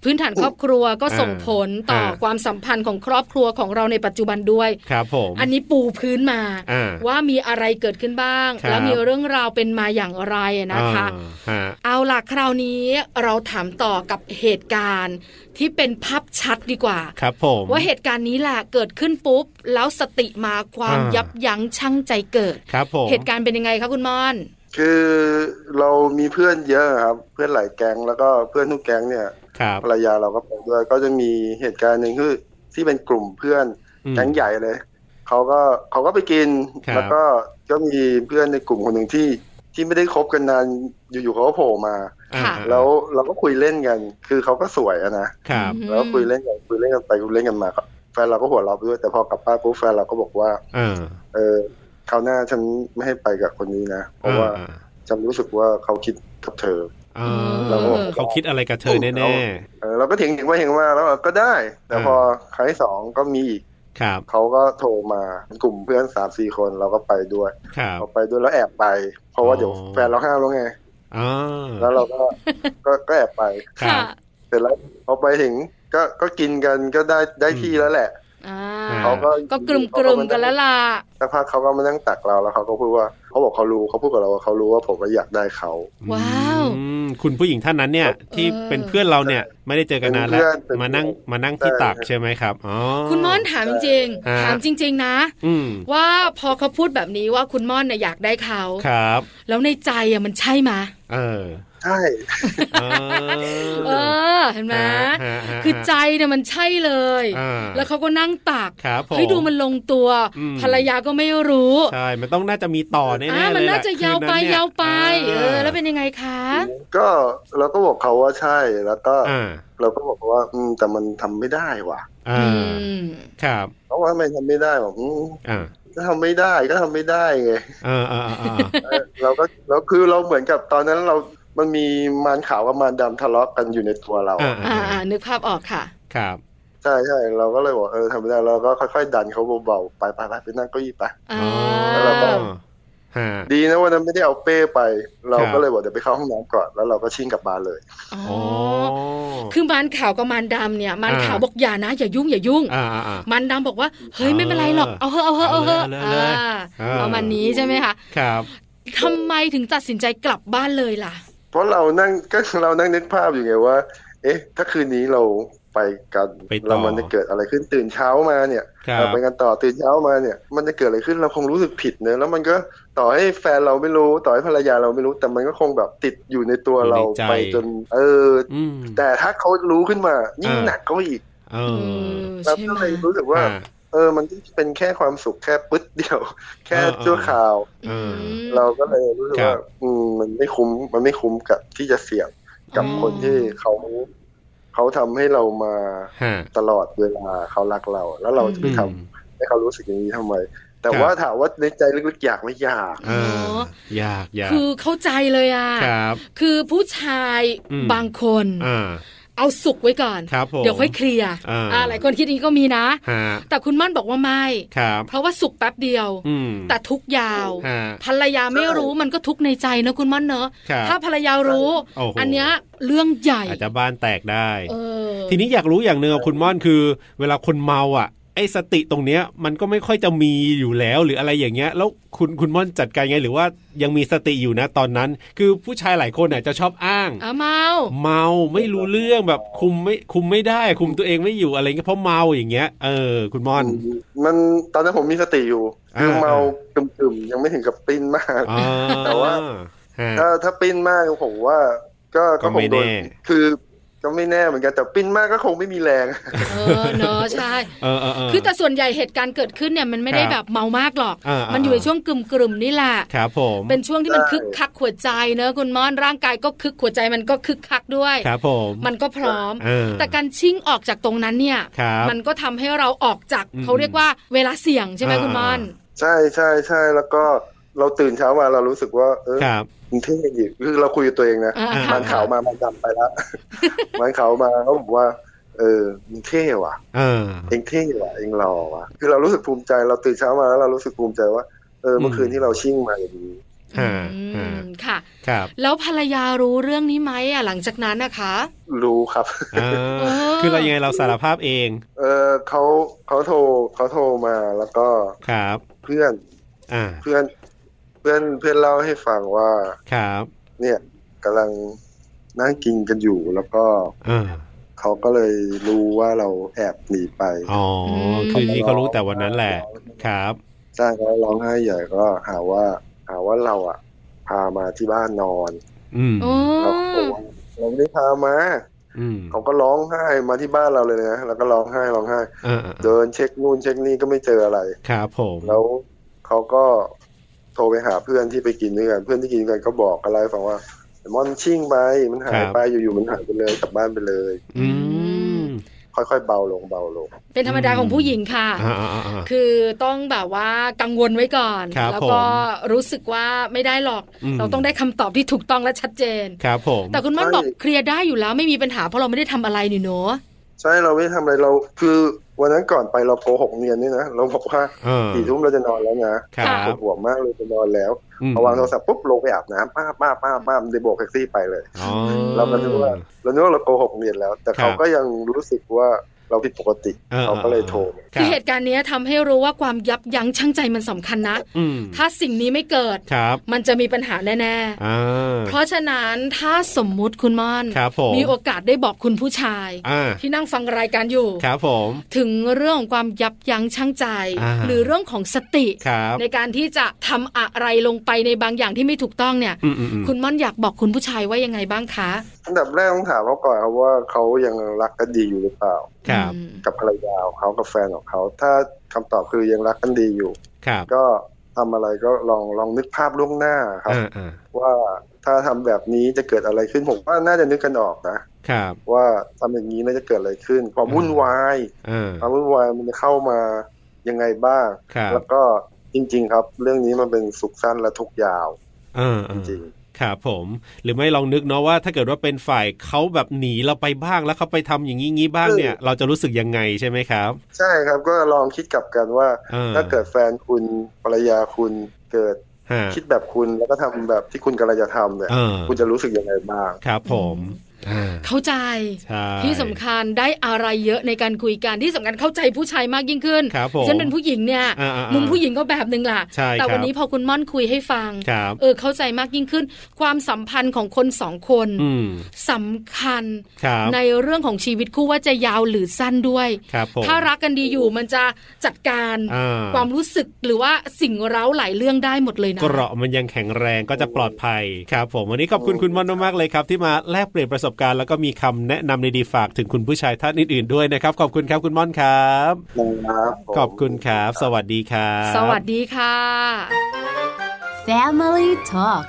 Speaker 1: พื้นฐานครอบครัวก็
Speaker 2: อ่า
Speaker 1: ส่งผลต่ออา ความสัมพันธ์ของครอบครัวของเราในปัจจุบันด้วย
Speaker 2: ครับผม
Speaker 1: อันนี้ปูพื้นมา
Speaker 2: อ่า
Speaker 1: ว่ามีอะไรเกิดขึ้นบ้าง
Speaker 2: ครับ
Speaker 1: แล้วมีเรื่องราวเป็นมาอย่างไรนะคะ
Speaker 2: อ่าฮะ
Speaker 1: เอาล่ะคราวนี้เราถามต่อกับเหตุการณ์ที่เป็นภาพชัดดีกว่า
Speaker 2: ครับผม
Speaker 1: ว่าเหตุการณ์นี้แหละเกิดขึ้นปุ๊บ แล้วสติมาความ
Speaker 2: อ่ายั
Speaker 1: ยับยั้งชั่งใจเกิด
Speaker 2: ครับผม
Speaker 1: เหตุการณ์เป็นยังไงคะคุณม่อน
Speaker 5: คือเรามีเพื่อนเยอะครับ เพื่อนหลายแก๊งแล้วก็เพื่อนทุกแก๊งเนี่ย
Speaker 2: ครับ
Speaker 5: ภรรยาเราก็ไปด้วยก็จะมีเหตุการณ์หนึ่งคือที่เป็นกลุ่มเพื่อน
Speaker 2: อืม
Speaker 5: แก๊งใหญ่เลยเขาก็เขาก็ไปกิน
Speaker 2: ครับ
Speaker 5: แล้วก็ก็มีเพื่อนในกลุ่มคนหนึ่งที่ที่ไม่ได้คบกันนานอยู่ๆเขาก็โผล่มา
Speaker 2: อ่า
Speaker 1: ค่ะ
Speaker 5: แล้วเราก็คุยเล่นกัน คือเขาก็สวยอะนะครับ
Speaker 1: อืม
Speaker 5: แล้วก็คุยเล่นกันคุยเล่นกันไปคุยเล่นกันมาครับแฟนเราก็หัวเราะไปด้วยแต่พอกลับบ้านปุ๊บแฟนเราก็บอกว่า
Speaker 2: อ่า
Speaker 5: เออคราวหน้าฉันไม่ให้ไปกับคนนี้นะเพราะว่า
Speaker 2: อ่
Speaker 5: ฉันรู้สึกว่าเขาคิดกับเธอ
Speaker 2: อ่า
Speaker 1: เราก็บอก
Speaker 2: เขาคิดอะไรกับเธอแน่
Speaker 5: เออเราก็เถียงถึงว่าเถียงว่าแล้วก็ได้ แต่
Speaker 2: อ่า
Speaker 5: พอครั้งที่สองก็มีอีก
Speaker 2: ๆ ครับ
Speaker 5: เขาก็โทรมา กลุ่มเพื่อนสามสี่คนเราก็ไปด้วย
Speaker 2: ครับ
Speaker 5: เราไปด้วยแล้วแอบไป เพราะว่า
Speaker 2: อ๋อ
Speaker 5: เดี๋ยวแฟนเราห้ามแล้วไง
Speaker 2: อ่า
Speaker 5: แล้วเราก็ ก็ก็แอบไป
Speaker 2: ครับ
Speaker 5: เสร็จแล้วพอไปถึงก็ก็กินกันก็ได้ได้
Speaker 2: อืม
Speaker 5: ที่แล้วแหละ
Speaker 1: อ่า
Speaker 2: อ่า
Speaker 5: เขาก็
Speaker 1: ก็กลุ่มกลมๆกันแล้วล่ะ
Speaker 5: สักพักเขาก็มานั่งตักเราแล้วเขาก็พูดว่าเขาบอกเขารู้เขาพูดกับเราว่าเขารู้ว่าผมก็อยากได้เขา
Speaker 1: ว้าว
Speaker 2: อืมคุณผู้หญิงท่านนั้นเนี่ย ที่เป็นเพื่อนเราเนี่ย ไม่ได้เจอกันนานแล้ว
Speaker 5: เป็นเพื่อน
Speaker 2: มานั่งมานั่ง
Speaker 5: ใช่
Speaker 2: ที่ตักใช่ไหมครับอ๋อ
Speaker 1: คุณม่อนถามจริง
Speaker 2: ฮะ
Speaker 1: ๆถามจริง ๆ นะ
Speaker 2: อืม
Speaker 1: ว่าพอเขาพูดแบบนี้ว่าคุณม่อนน่ะอยากได้เขา
Speaker 2: ครับ
Speaker 1: แล้วในใจอ่ะมันใช่มะ
Speaker 2: เออ
Speaker 5: ใช่
Speaker 2: อ่า
Speaker 1: เออ เห็นไหม
Speaker 2: ฮะฮะ
Speaker 1: คือใจเนี่ยมันใช่เลย
Speaker 2: อ่า
Speaker 1: แล้วเขาก็นั่งตัก
Speaker 2: ครับผม
Speaker 1: เฮ้ยดูมันลงตัว
Speaker 2: อืม
Speaker 1: ภรรยาก็ไม่รู้
Speaker 2: ใช่ มันต้องน่าจะมีต่อแน่ๆเลย
Speaker 1: อ่ามันน่าจะยาวไป
Speaker 2: คืนนั้นเนี่ย
Speaker 1: าวไป
Speaker 2: า
Speaker 1: เออ แล้วเป็นยังไงคะ
Speaker 5: ก็เราก็บอกเขาว่าใช่แล้วก็
Speaker 2: อ่า
Speaker 5: เราก็บอกว่า อืมแต่มันทำไม่ได้ว่ะ
Speaker 2: อ่า
Speaker 1: อืม
Speaker 2: ครับ
Speaker 5: เขาว่าทำไมทำไม่ได้บอกอืม
Speaker 2: อ่า
Speaker 5: ก็ทำไม่ได้ก็ทำไม่ได้ไง
Speaker 2: เออเออเออเออ
Speaker 5: เออเราก็เราคือเราเหมือนกับตอนนั้นเรามันมีมารขาวกับมารดำทะเลาะกันอยู่ในตัวเรา
Speaker 2: อ่า
Speaker 1: อ่า
Speaker 2: อ่า
Speaker 1: อ่านึกภาพออกค่ะ
Speaker 2: ครับ
Speaker 5: ใช่ใช่เราก็เลยบอกเออทำไม่ได้เราก็ค่อยๆ ดันเขาเบาๆไปไปไปไปนั่งเก็ยี่ไป
Speaker 1: อ่า
Speaker 5: แล้วเราก็
Speaker 2: ฮะ
Speaker 5: ดีนะวันนั้นไม่ได้เอาเป้ไป เรา
Speaker 2: ครับ
Speaker 5: ก็เลยบอกเดี๋ยวไปเข้าห้องน้ำก่อนแล้วเราก็ชิ่งกลับบ้านเลย
Speaker 1: อ๋อ
Speaker 2: โอ้
Speaker 1: คือมารขาวกับมารดำเนี่ยมาร
Speaker 2: อ่า
Speaker 1: ขาวบอกอย่านะ อย่ายุ่งอย่ายุ่ง
Speaker 2: อ่าอ่าอ่า
Speaker 1: มันดำบอกว่า เฮ้ยไม่เป็นไรหรอก เอาเถอะเอาเถอะเอาเถอะ
Speaker 2: เอาเลยเอาเลย
Speaker 1: อ่า
Speaker 2: เอาเลย
Speaker 1: ประมาณนี้ใช่ไหมคะ
Speaker 2: ครับ
Speaker 1: ทำไมถึงตัดสินใจกลับบ้านเลยล่ะ
Speaker 5: เพราะเรานั่งก็เรานั่งนึกภาพอยู่ไงว่า เอ๊ะ ถ้าคืนนี้เราไปกัน
Speaker 2: ไปต่อ
Speaker 5: แล้วมันจะเกิดอะไรขึ้นตื่นเช้ามาเนี่ย
Speaker 2: ครั
Speaker 5: เรา
Speaker 2: บ
Speaker 5: ไปกันต่อตื่นเช้ามาเนี่ย มันจะเกิดอะไรขึ้นเราคงรู้สึกผิดเนอะแล้วมันก็ต่อให้แฟนเราไม่รู้ ต่อให้ภรรยาเราไม่รู้ แต่มันก็คงแบบติดอยู่ในตัวเราไปจน เออ
Speaker 2: อืม
Speaker 5: แต่ถ้าเขารู้ขึ้นมา ยิ่ง
Speaker 2: อ่า
Speaker 5: หนักเขาอีก
Speaker 2: เอ
Speaker 1: เอ
Speaker 2: อ
Speaker 1: อ
Speaker 5: เรา
Speaker 1: ใช่
Speaker 5: ก็
Speaker 1: ไหม
Speaker 5: เลยรู้สึกว่า
Speaker 2: อ่า
Speaker 5: เออ มันเป็นแค่ความสุขแค่ปึ๊ดเดียว แค่
Speaker 2: เออเออ
Speaker 5: ชั่วคราว
Speaker 2: เออ
Speaker 1: ม
Speaker 5: เราก็เลยรู้สึก
Speaker 2: ค
Speaker 5: ว่า
Speaker 2: รับ
Speaker 5: อืมมันไม่คุ้มมันไม่คุ้มกับที่จะเสี่ยงกับ
Speaker 1: อ๋อ
Speaker 5: คนที่เขาเขาทำให้เรามา
Speaker 2: ฮะ
Speaker 5: ตลอดเวลาเขารักเรา แล้วเราจะไปทำ
Speaker 2: อืม
Speaker 5: ให้เขารู้สึกอย่างนี้ทำไม แต่
Speaker 2: ครับ
Speaker 5: ว่าถามว่าในใจลึกๆอยากไม่อยาก
Speaker 2: เออยากยาก
Speaker 1: คือเข้าใจเลยอ่ะ
Speaker 2: ครับ
Speaker 1: คือผู้ชาย
Speaker 2: อืม
Speaker 1: บางคน
Speaker 2: อ่า
Speaker 1: เอาสุขไว้ก่อน
Speaker 2: ครับผม
Speaker 1: เดี๋ยวค่อยเคลียร์
Speaker 2: อ่า
Speaker 1: อ่าหลายคนคิดอย่างนี้ก็มีนะ
Speaker 2: ฮะ
Speaker 1: แต่คุณม่อนบอกว่าไม่
Speaker 2: ครับ
Speaker 1: เพราะว่าสุขแป๊บเดียว
Speaker 2: อืม
Speaker 1: แต่ทุกข์ยาว
Speaker 2: ฮะ
Speaker 1: ภรรยาไม่รู้มันก็ทุกข์ในใจนะคุณม่อนเนอะ
Speaker 2: ครับ
Speaker 1: ถ้าภรรยารู้
Speaker 2: โอ้โห
Speaker 1: อันเนี้ยเรื่องใหญ่
Speaker 2: อาจจะบ้านแตกได้
Speaker 1: เออ
Speaker 2: ทีนี้อยากรู้อย่างหนึ่งอะคุณม่อนคือ เวลาคนเมาอ่ะ ไอ้สติตรงเนี้ยมันก็ไม่ค่อยจะมีอยู่แล้วหรืออะไรอย่างเงี้ย แล้วคุณคุณม่อนจัดการไงหรือว่ายังมีสติอยู่นะตอนนั้น คือผู้ชายหลายคนอ่ะจะชอบอ้าง
Speaker 1: อ่ะเมา
Speaker 2: เมาไม่รู้เรื่องแบบคุมไม่คุมไม่ได้ คุมตัวเองไม่อยู่อะไรเงี้ยเพราะเมาอย่างเงี้ยเออคุณม่อน
Speaker 5: มันตอนนั้นผมมีสติอยู่ คือ
Speaker 2: เออ
Speaker 5: เมาตึมๆ ยังไม่ถึงกับปริ้นมาก
Speaker 2: อ่า
Speaker 5: แต่ว่า
Speaker 2: ฮะ
Speaker 5: ถ้าถ้าปริ้นมากผมว่า ก็
Speaker 2: ก็
Speaker 5: ก็ค
Speaker 2: ไม่
Speaker 5: งโดน
Speaker 2: แน่
Speaker 5: คือก็ไม่แน่เหมือนกันแต่ปริ้นมากก็คงไม่มีแรง
Speaker 1: เออเนอะใช่
Speaker 2: เออเออเออ
Speaker 1: คือแต่ส่วนใหญ่เหตุการณ์เกิดขึ้นเนี่ยมันไม่ได้
Speaker 2: ครับ
Speaker 1: แบบเมามากหรอก
Speaker 2: อ่าอ่ามั
Speaker 1: มันอยู่ในช่วงกลุ่มกลุ่มๆนี่แหละ
Speaker 2: ครับผม
Speaker 1: เป็นช่วงที่มัน
Speaker 5: ใช่
Speaker 1: คึกคักหัวใจเนอะคุณม่อนร่างกายก็คึกหัวใจมันก็คึกคักด้วย
Speaker 2: ครับผม
Speaker 1: มันก็พร้อม
Speaker 2: เออ
Speaker 1: แต่การชิ่งออกจากตรงนั้นเนี่ย
Speaker 2: ครับ
Speaker 1: มันก็ทำให้เราออกจาก
Speaker 2: อืม
Speaker 1: เขาเรียกว่าเวลาเสี่ยงใช่ไหม
Speaker 2: อ่า
Speaker 1: คุณม่อน
Speaker 5: ใช่ใช่ใช่แล้วก็เราตื่นเช้ามาเรารู้สึกว่า เออ
Speaker 2: ครับ
Speaker 5: มันเท่ดีคือเราคุยกับตัวเองนะ
Speaker 1: อ่า
Speaker 5: มันขาวมามันดำไปแล้ว มันขาวมาเขาบอกว่า เออมึงเท่ว่ะ
Speaker 2: อ่า
Speaker 5: เองเท่ว่ะเองหล่อว่ะคือเรารู้สึกภูมิใจเราตื่นเช้ามาแล้วเรารู้สึกภูมิใจว่าเออเมื่อคืนที่เราชิ่งมาอย่างนี้
Speaker 2: ฮะ
Speaker 1: อื
Speaker 2: ฮะ
Speaker 1: มค่ะ
Speaker 2: ครับ
Speaker 1: แล้วภรรยารู้เรื่องนี้ไหมอ่ะหลังจากนั้นนะคะ
Speaker 5: รู้ครับ
Speaker 2: อ่า
Speaker 1: เออ
Speaker 2: คือเรายังไงเราสารภาพเอง
Speaker 5: เออเขาเขาโทรเขาโทรมาแล้วก็
Speaker 2: ครับ
Speaker 5: เพื่อน
Speaker 2: อ่า
Speaker 5: เพื่อนเพื่อนเพื่อนเล่าให้ฟังว่า
Speaker 2: ครับ
Speaker 5: เนี่ยกำลังนั่งกินกันอยู่ แล้วก็
Speaker 2: อ่า
Speaker 5: เขาก็เลยรู้ว่าเราแอบหนีไป
Speaker 2: อ๋ออ
Speaker 1: ม
Speaker 2: คือที่เขารู้แต่วันนั้นแหละครับ
Speaker 5: ใช่เขาร้องไห้ใหญ่ก็หาว่า หาว่าเราอะพามาที่บ้านนอน
Speaker 2: อืม
Speaker 1: โอ้
Speaker 5: เราก็บอกว่าเราไม่ได้พามา
Speaker 2: อืม
Speaker 5: เขาก็ร้องไห้มาที่บ้านเราเลยนะแล้วก็ร้องไห้ร้องไห้
Speaker 2: อ่าอ่า
Speaker 5: เดินเช็คนู่นเช็คนี่ก็ไม่เจออะไร
Speaker 2: ครับผม
Speaker 5: แล้วเขาก็โทรไปหาเพื่อนที่ไปกินด้วยกัน เพื่อนที่กินด้วยกันก็บอกอะไรฟังว่าม่อนชิ่งไปมันหายไปอยู่ๆมันหายไปเลยกลับบ้านไปเลย
Speaker 2: อืม
Speaker 5: ค่อยๆเบาลงเบาลง
Speaker 1: เป็นธรรมดาของผู้หญิงค่ะ
Speaker 2: อ่าอ่าอ่าอ่า
Speaker 1: คือต้องแบบว่ากังวลไว้ก่อน
Speaker 2: ครับ
Speaker 1: แล้วก็
Speaker 2: ผม
Speaker 1: รู้สึกว่าไม่ได้หรอก
Speaker 2: อืม
Speaker 1: เราต้องได้คำตอบที่ถูกต้องและชัดเจน
Speaker 2: ครับผม
Speaker 1: แต่คุณม่อน
Speaker 5: ใช่
Speaker 1: บอกเคลียร์ได้อยู่แล้วไม่มีปัญหาเพราะเราไม่ได้ทำอะไรนี่เนอะ
Speaker 5: ใช่เราไม่ทำอะไรเราคือวันนั้นก่อนไปเราโกหกเนียนด้วยนะเราบอกว่า
Speaker 2: เออ
Speaker 5: สี่ทุ่มเราจะนอนแล้วนะครับ ปวดหัวมากเลยจะนอนแล้วพอวางโทรศัพท์ปุ๊บลงไปอาบน้ำป้าบป้าบป้าบป้าบได้โบกแท็กซี่ไปเลย
Speaker 2: อ๋อ
Speaker 5: เราก็นึกว่าเรานึกว่าเราโกหกเนียนแล้ว แต่
Speaker 2: ครับ
Speaker 5: เขาก็ยังรู้สึกว่าเราผิดปกติ
Speaker 2: เออ
Speaker 5: เขาก็เลยโทรมา
Speaker 2: รั
Speaker 1: คื
Speaker 2: บ
Speaker 1: อเหตุการณ์เนี้ยทำให้รู้ว่าความยับยั้งชั่งใจมันสำคัญนะ
Speaker 2: อืม
Speaker 1: ถ้าสิ่งนี้ไม่เกิด
Speaker 2: ครับ
Speaker 1: มันจะมีปัญหาแน่ๆ
Speaker 2: อ่า
Speaker 1: เพราะฉะนั้นถ้าสมมุติคุณม่อน
Speaker 2: ครับผม
Speaker 1: มีโอกาสได้บอกคุณผู้ชาย
Speaker 2: อ่า
Speaker 1: ที่นั่งฟังรายการอยู่
Speaker 2: ครับผม
Speaker 1: ถึงเรื่องของความยับยั้งชั่งใจ
Speaker 2: อ่า
Speaker 1: หรือเรื่องของสติ
Speaker 2: ครับ
Speaker 1: ในการที่จะทำอะไรลงไปในบางอย่างที่ไม่ถูกต้องเนี่ย
Speaker 2: อืมอืมอืม
Speaker 1: คุณม่อนอยากบอกคุณผู้ชายว่ายังไงบ้างคะ
Speaker 5: อันดับแรกต้องถามเขาก่อนครับว่าเขายังรักกันดีอยู่หรือเปล่า
Speaker 2: ครับ
Speaker 1: อืม
Speaker 5: กับภรรยาของเขากับแฟนของเขา ถ้าคำตอบคือยังรักกันดีอยู่
Speaker 2: ครับ
Speaker 5: ก็ทำอะไรก็ลองลองนึกภาพล่วงหน้าครับ
Speaker 2: อ่าอ่า
Speaker 5: ว่าถ้าทำแบบนี้จะเกิดอะไรขึ้นผมว่าน่าจะนึกกันออกนะครับ ว่าทำอย่างนี้น่าจะเกิดอะไรขึ้น ความ
Speaker 2: อืม
Speaker 5: วุ่นวาย
Speaker 2: อ่า
Speaker 5: ความวุ่นวายมันจะเข้ามายังไงบ้าง
Speaker 2: ครับ
Speaker 5: แล้วก็จริง ๆ ครับ เรื่องนี้มันเป็นสุขสั้นและทุกข์ยาว
Speaker 2: อ่า
Speaker 5: จ
Speaker 2: อ่า
Speaker 5: ริง
Speaker 2: ครับผม หรือไม่ลองนึกเนาะว่าถ้าเกิดว่าเป็นฝ่ายเขาแบบหนีเราไปบ้างแล้วเขาไปทำอย่างนี้งี้บ้างเนี่ย
Speaker 5: เออ
Speaker 2: เราจะรู้สึกยังไงใช่ไหมครับ
Speaker 5: ๆ ใช่ครับก็ลองคิดกลับกันว่า
Speaker 2: เออ
Speaker 5: ถ้าเกิดแฟนคุณภรรยาคุณเกิด
Speaker 2: ฮะ
Speaker 5: คิดแบบคุณแล้วก็ทำแบบที่คุณกำลังจะทำเนี่ย
Speaker 2: เออ
Speaker 5: คุณจะรู้สึกยังไงบ้าง
Speaker 2: ครับผมอ่า
Speaker 1: เข้าใจ
Speaker 2: ใช่
Speaker 1: ที่สำคัญได้อะไรเยอะในการคุยกันที่สำคัญเข้าใจผู้ชายมากยิ่งขึ้น
Speaker 2: ครับผม
Speaker 1: ดิฉันเป็นผู้หญิงเนี่ย
Speaker 2: อ่าอ่าอ่ามุ
Speaker 1: มุมผู้หญิงก็แบบหนึ่งล่ะ
Speaker 2: ใช่
Speaker 1: แต่วั
Speaker 2: ครับ
Speaker 1: นี้พอคุณม่อนคุยให้ฟัง
Speaker 2: ครับ
Speaker 1: เออเข้าใจมากยิ่งขึ้น ความสัมพันธ์ของคนสองคน
Speaker 2: อืม
Speaker 1: สำคัญ
Speaker 2: ครับ
Speaker 1: ในเรื่องของชีวิตคู่ว่าจะยาวหรือสั้นด้วย
Speaker 2: ครับผม
Speaker 1: ถ้ารักกันดีอยู่มันจะจัดการ
Speaker 2: อ่า
Speaker 1: ความรู้สึกหรือว่าสิ่งเร้าหลายเรื่องได้หมดเลยนะ
Speaker 2: เกราะมันยังแข็งแรงก็จะปลอดภัยครับผมวันนี้ขอบคุณคุณม่อนมากๆเลยครับ ที่มาแลกเปลี่ยนประสบการณ์แล้วก็มีคำแนะนำดีๆฝากถึงคุณผู้ชายท่านอื่นๆด้วยนะครับ ขอบคุณครับคุณม่อนครับ
Speaker 5: ครับผม
Speaker 2: ขอบคุณครับ สวัสดีครับ
Speaker 1: สวัสดีค่ะ
Speaker 4: Family Talk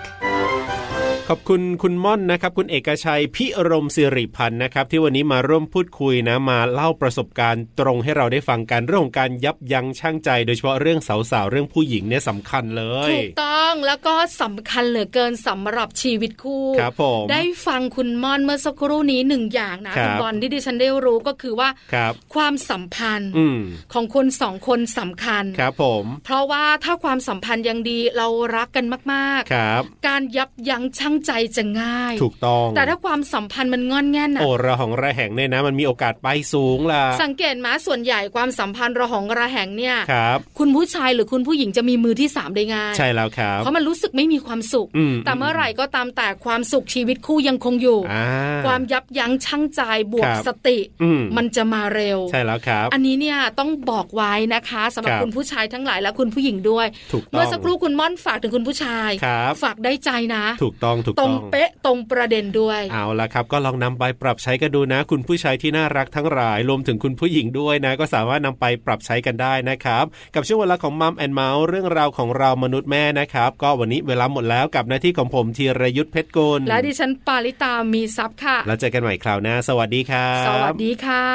Speaker 2: ขอบคุณคุณม่อนนะครับ คุณเอกชัยพิรมสิริพันธ์นะครับ ที่วันนี้มาร่วมพูดคุยนะมาเล่าประสบการณ์ตรงให้เราได้ฟังกันเรื่องของการยับยั้งชั่งใจ โดยเฉพาะเรื่องสาวๆเรื่องผู้หญิงเนี่ยสำคัญเลย
Speaker 1: ถูกต้องแล้วก็สำคัญเหลือเกินสำหรับชีวิตคู่
Speaker 2: ครับผม
Speaker 1: ได้ฟังคุณม่อนเมื่อสักครู่นี้หนึ่งอย่างนะครับ ณบอลที่ดิฉันได้รู้ก็คือว่า
Speaker 2: ครับ
Speaker 1: ความสัมพันธ์
Speaker 2: อืม
Speaker 1: ของคนสองคนสำคัญ
Speaker 2: ครับผม
Speaker 1: เพราะว่าถ้าความสัมพันธ์ยังดีเรารักกันมากๆ
Speaker 2: ครับ
Speaker 1: การยับยั้งชั่งใจจะง่าย
Speaker 2: ถูกต้อง
Speaker 1: แต่ถ้าความสัมพันธ์มันงอนแง่นน่ะ
Speaker 2: โอ้ระหองระแหงเนี่ยนะ มันมีโอกาสไปสูงล่ะ
Speaker 1: สังเกตไหมาส่วนใหญ่ความสัมพันธ์ระหองระแหงเนี่ย
Speaker 2: ครับ
Speaker 1: คุณผู้ชายหรือคุณผู้หญิงจะมีมือที่สามได้ง่าย
Speaker 2: ใช่แล้วครับ
Speaker 1: เพราะมันรู้สึกไม่มีความสุข
Speaker 2: อืม
Speaker 1: แต่เมื่อไหร่ก็ตามแต่ความสุขชีวิตคู่ยังคงอยู่
Speaker 2: อ่า
Speaker 1: ความยับยั้งชั่งใจบวก
Speaker 2: ครับ
Speaker 1: สติ
Speaker 2: อืม
Speaker 1: นจะมาเร็ว
Speaker 2: ใช่แล้วครับ
Speaker 1: อันนี้เนี่ยต้องบอกไว้นะคะสำหรับ
Speaker 2: ครับ
Speaker 1: คุณผู้ชายทั้งหลายและคุณผู้หญิงด้วย
Speaker 2: ถูกต้อง
Speaker 1: เมื่อสักครู่คุณม่อนฝากถึงคุณผู้ชาย
Speaker 2: ครับ
Speaker 1: ฝากได้ใจนะ
Speaker 2: ถูกต้องถูก
Speaker 1: ตร
Speaker 2: ต้อง ง
Speaker 1: เป๊ะตรงประเด็นด้วย
Speaker 2: เอาละครับ ก็ลองนำไปปรับใช้กันดูนะ คุณผู้ชายที่น่ารักทั้งหลาย รวมถึงคุณผู้หญิงด้วยนะ ก็สามารถนำไปปรับใช้กันได้นะครับ กับช่วงเวลาของมัมแอนเมาส์เรื่องราวของเรามนุษย์แม่นะครับ ก็วันนี้เวลาหมดแล้วกับหน้าที่ของผมธีรยุทธเพชรกุล
Speaker 1: และดิฉันปาริตามีซับค่ะ
Speaker 2: แล้วเจอกันใหม่คราวหน้าสวัสดีครับ
Speaker 1: สวัสดีค่ะ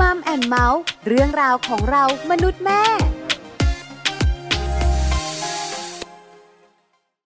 Speaker 4: มัมแอนเมาส์เรื่องราวของเรามนุษย์แม่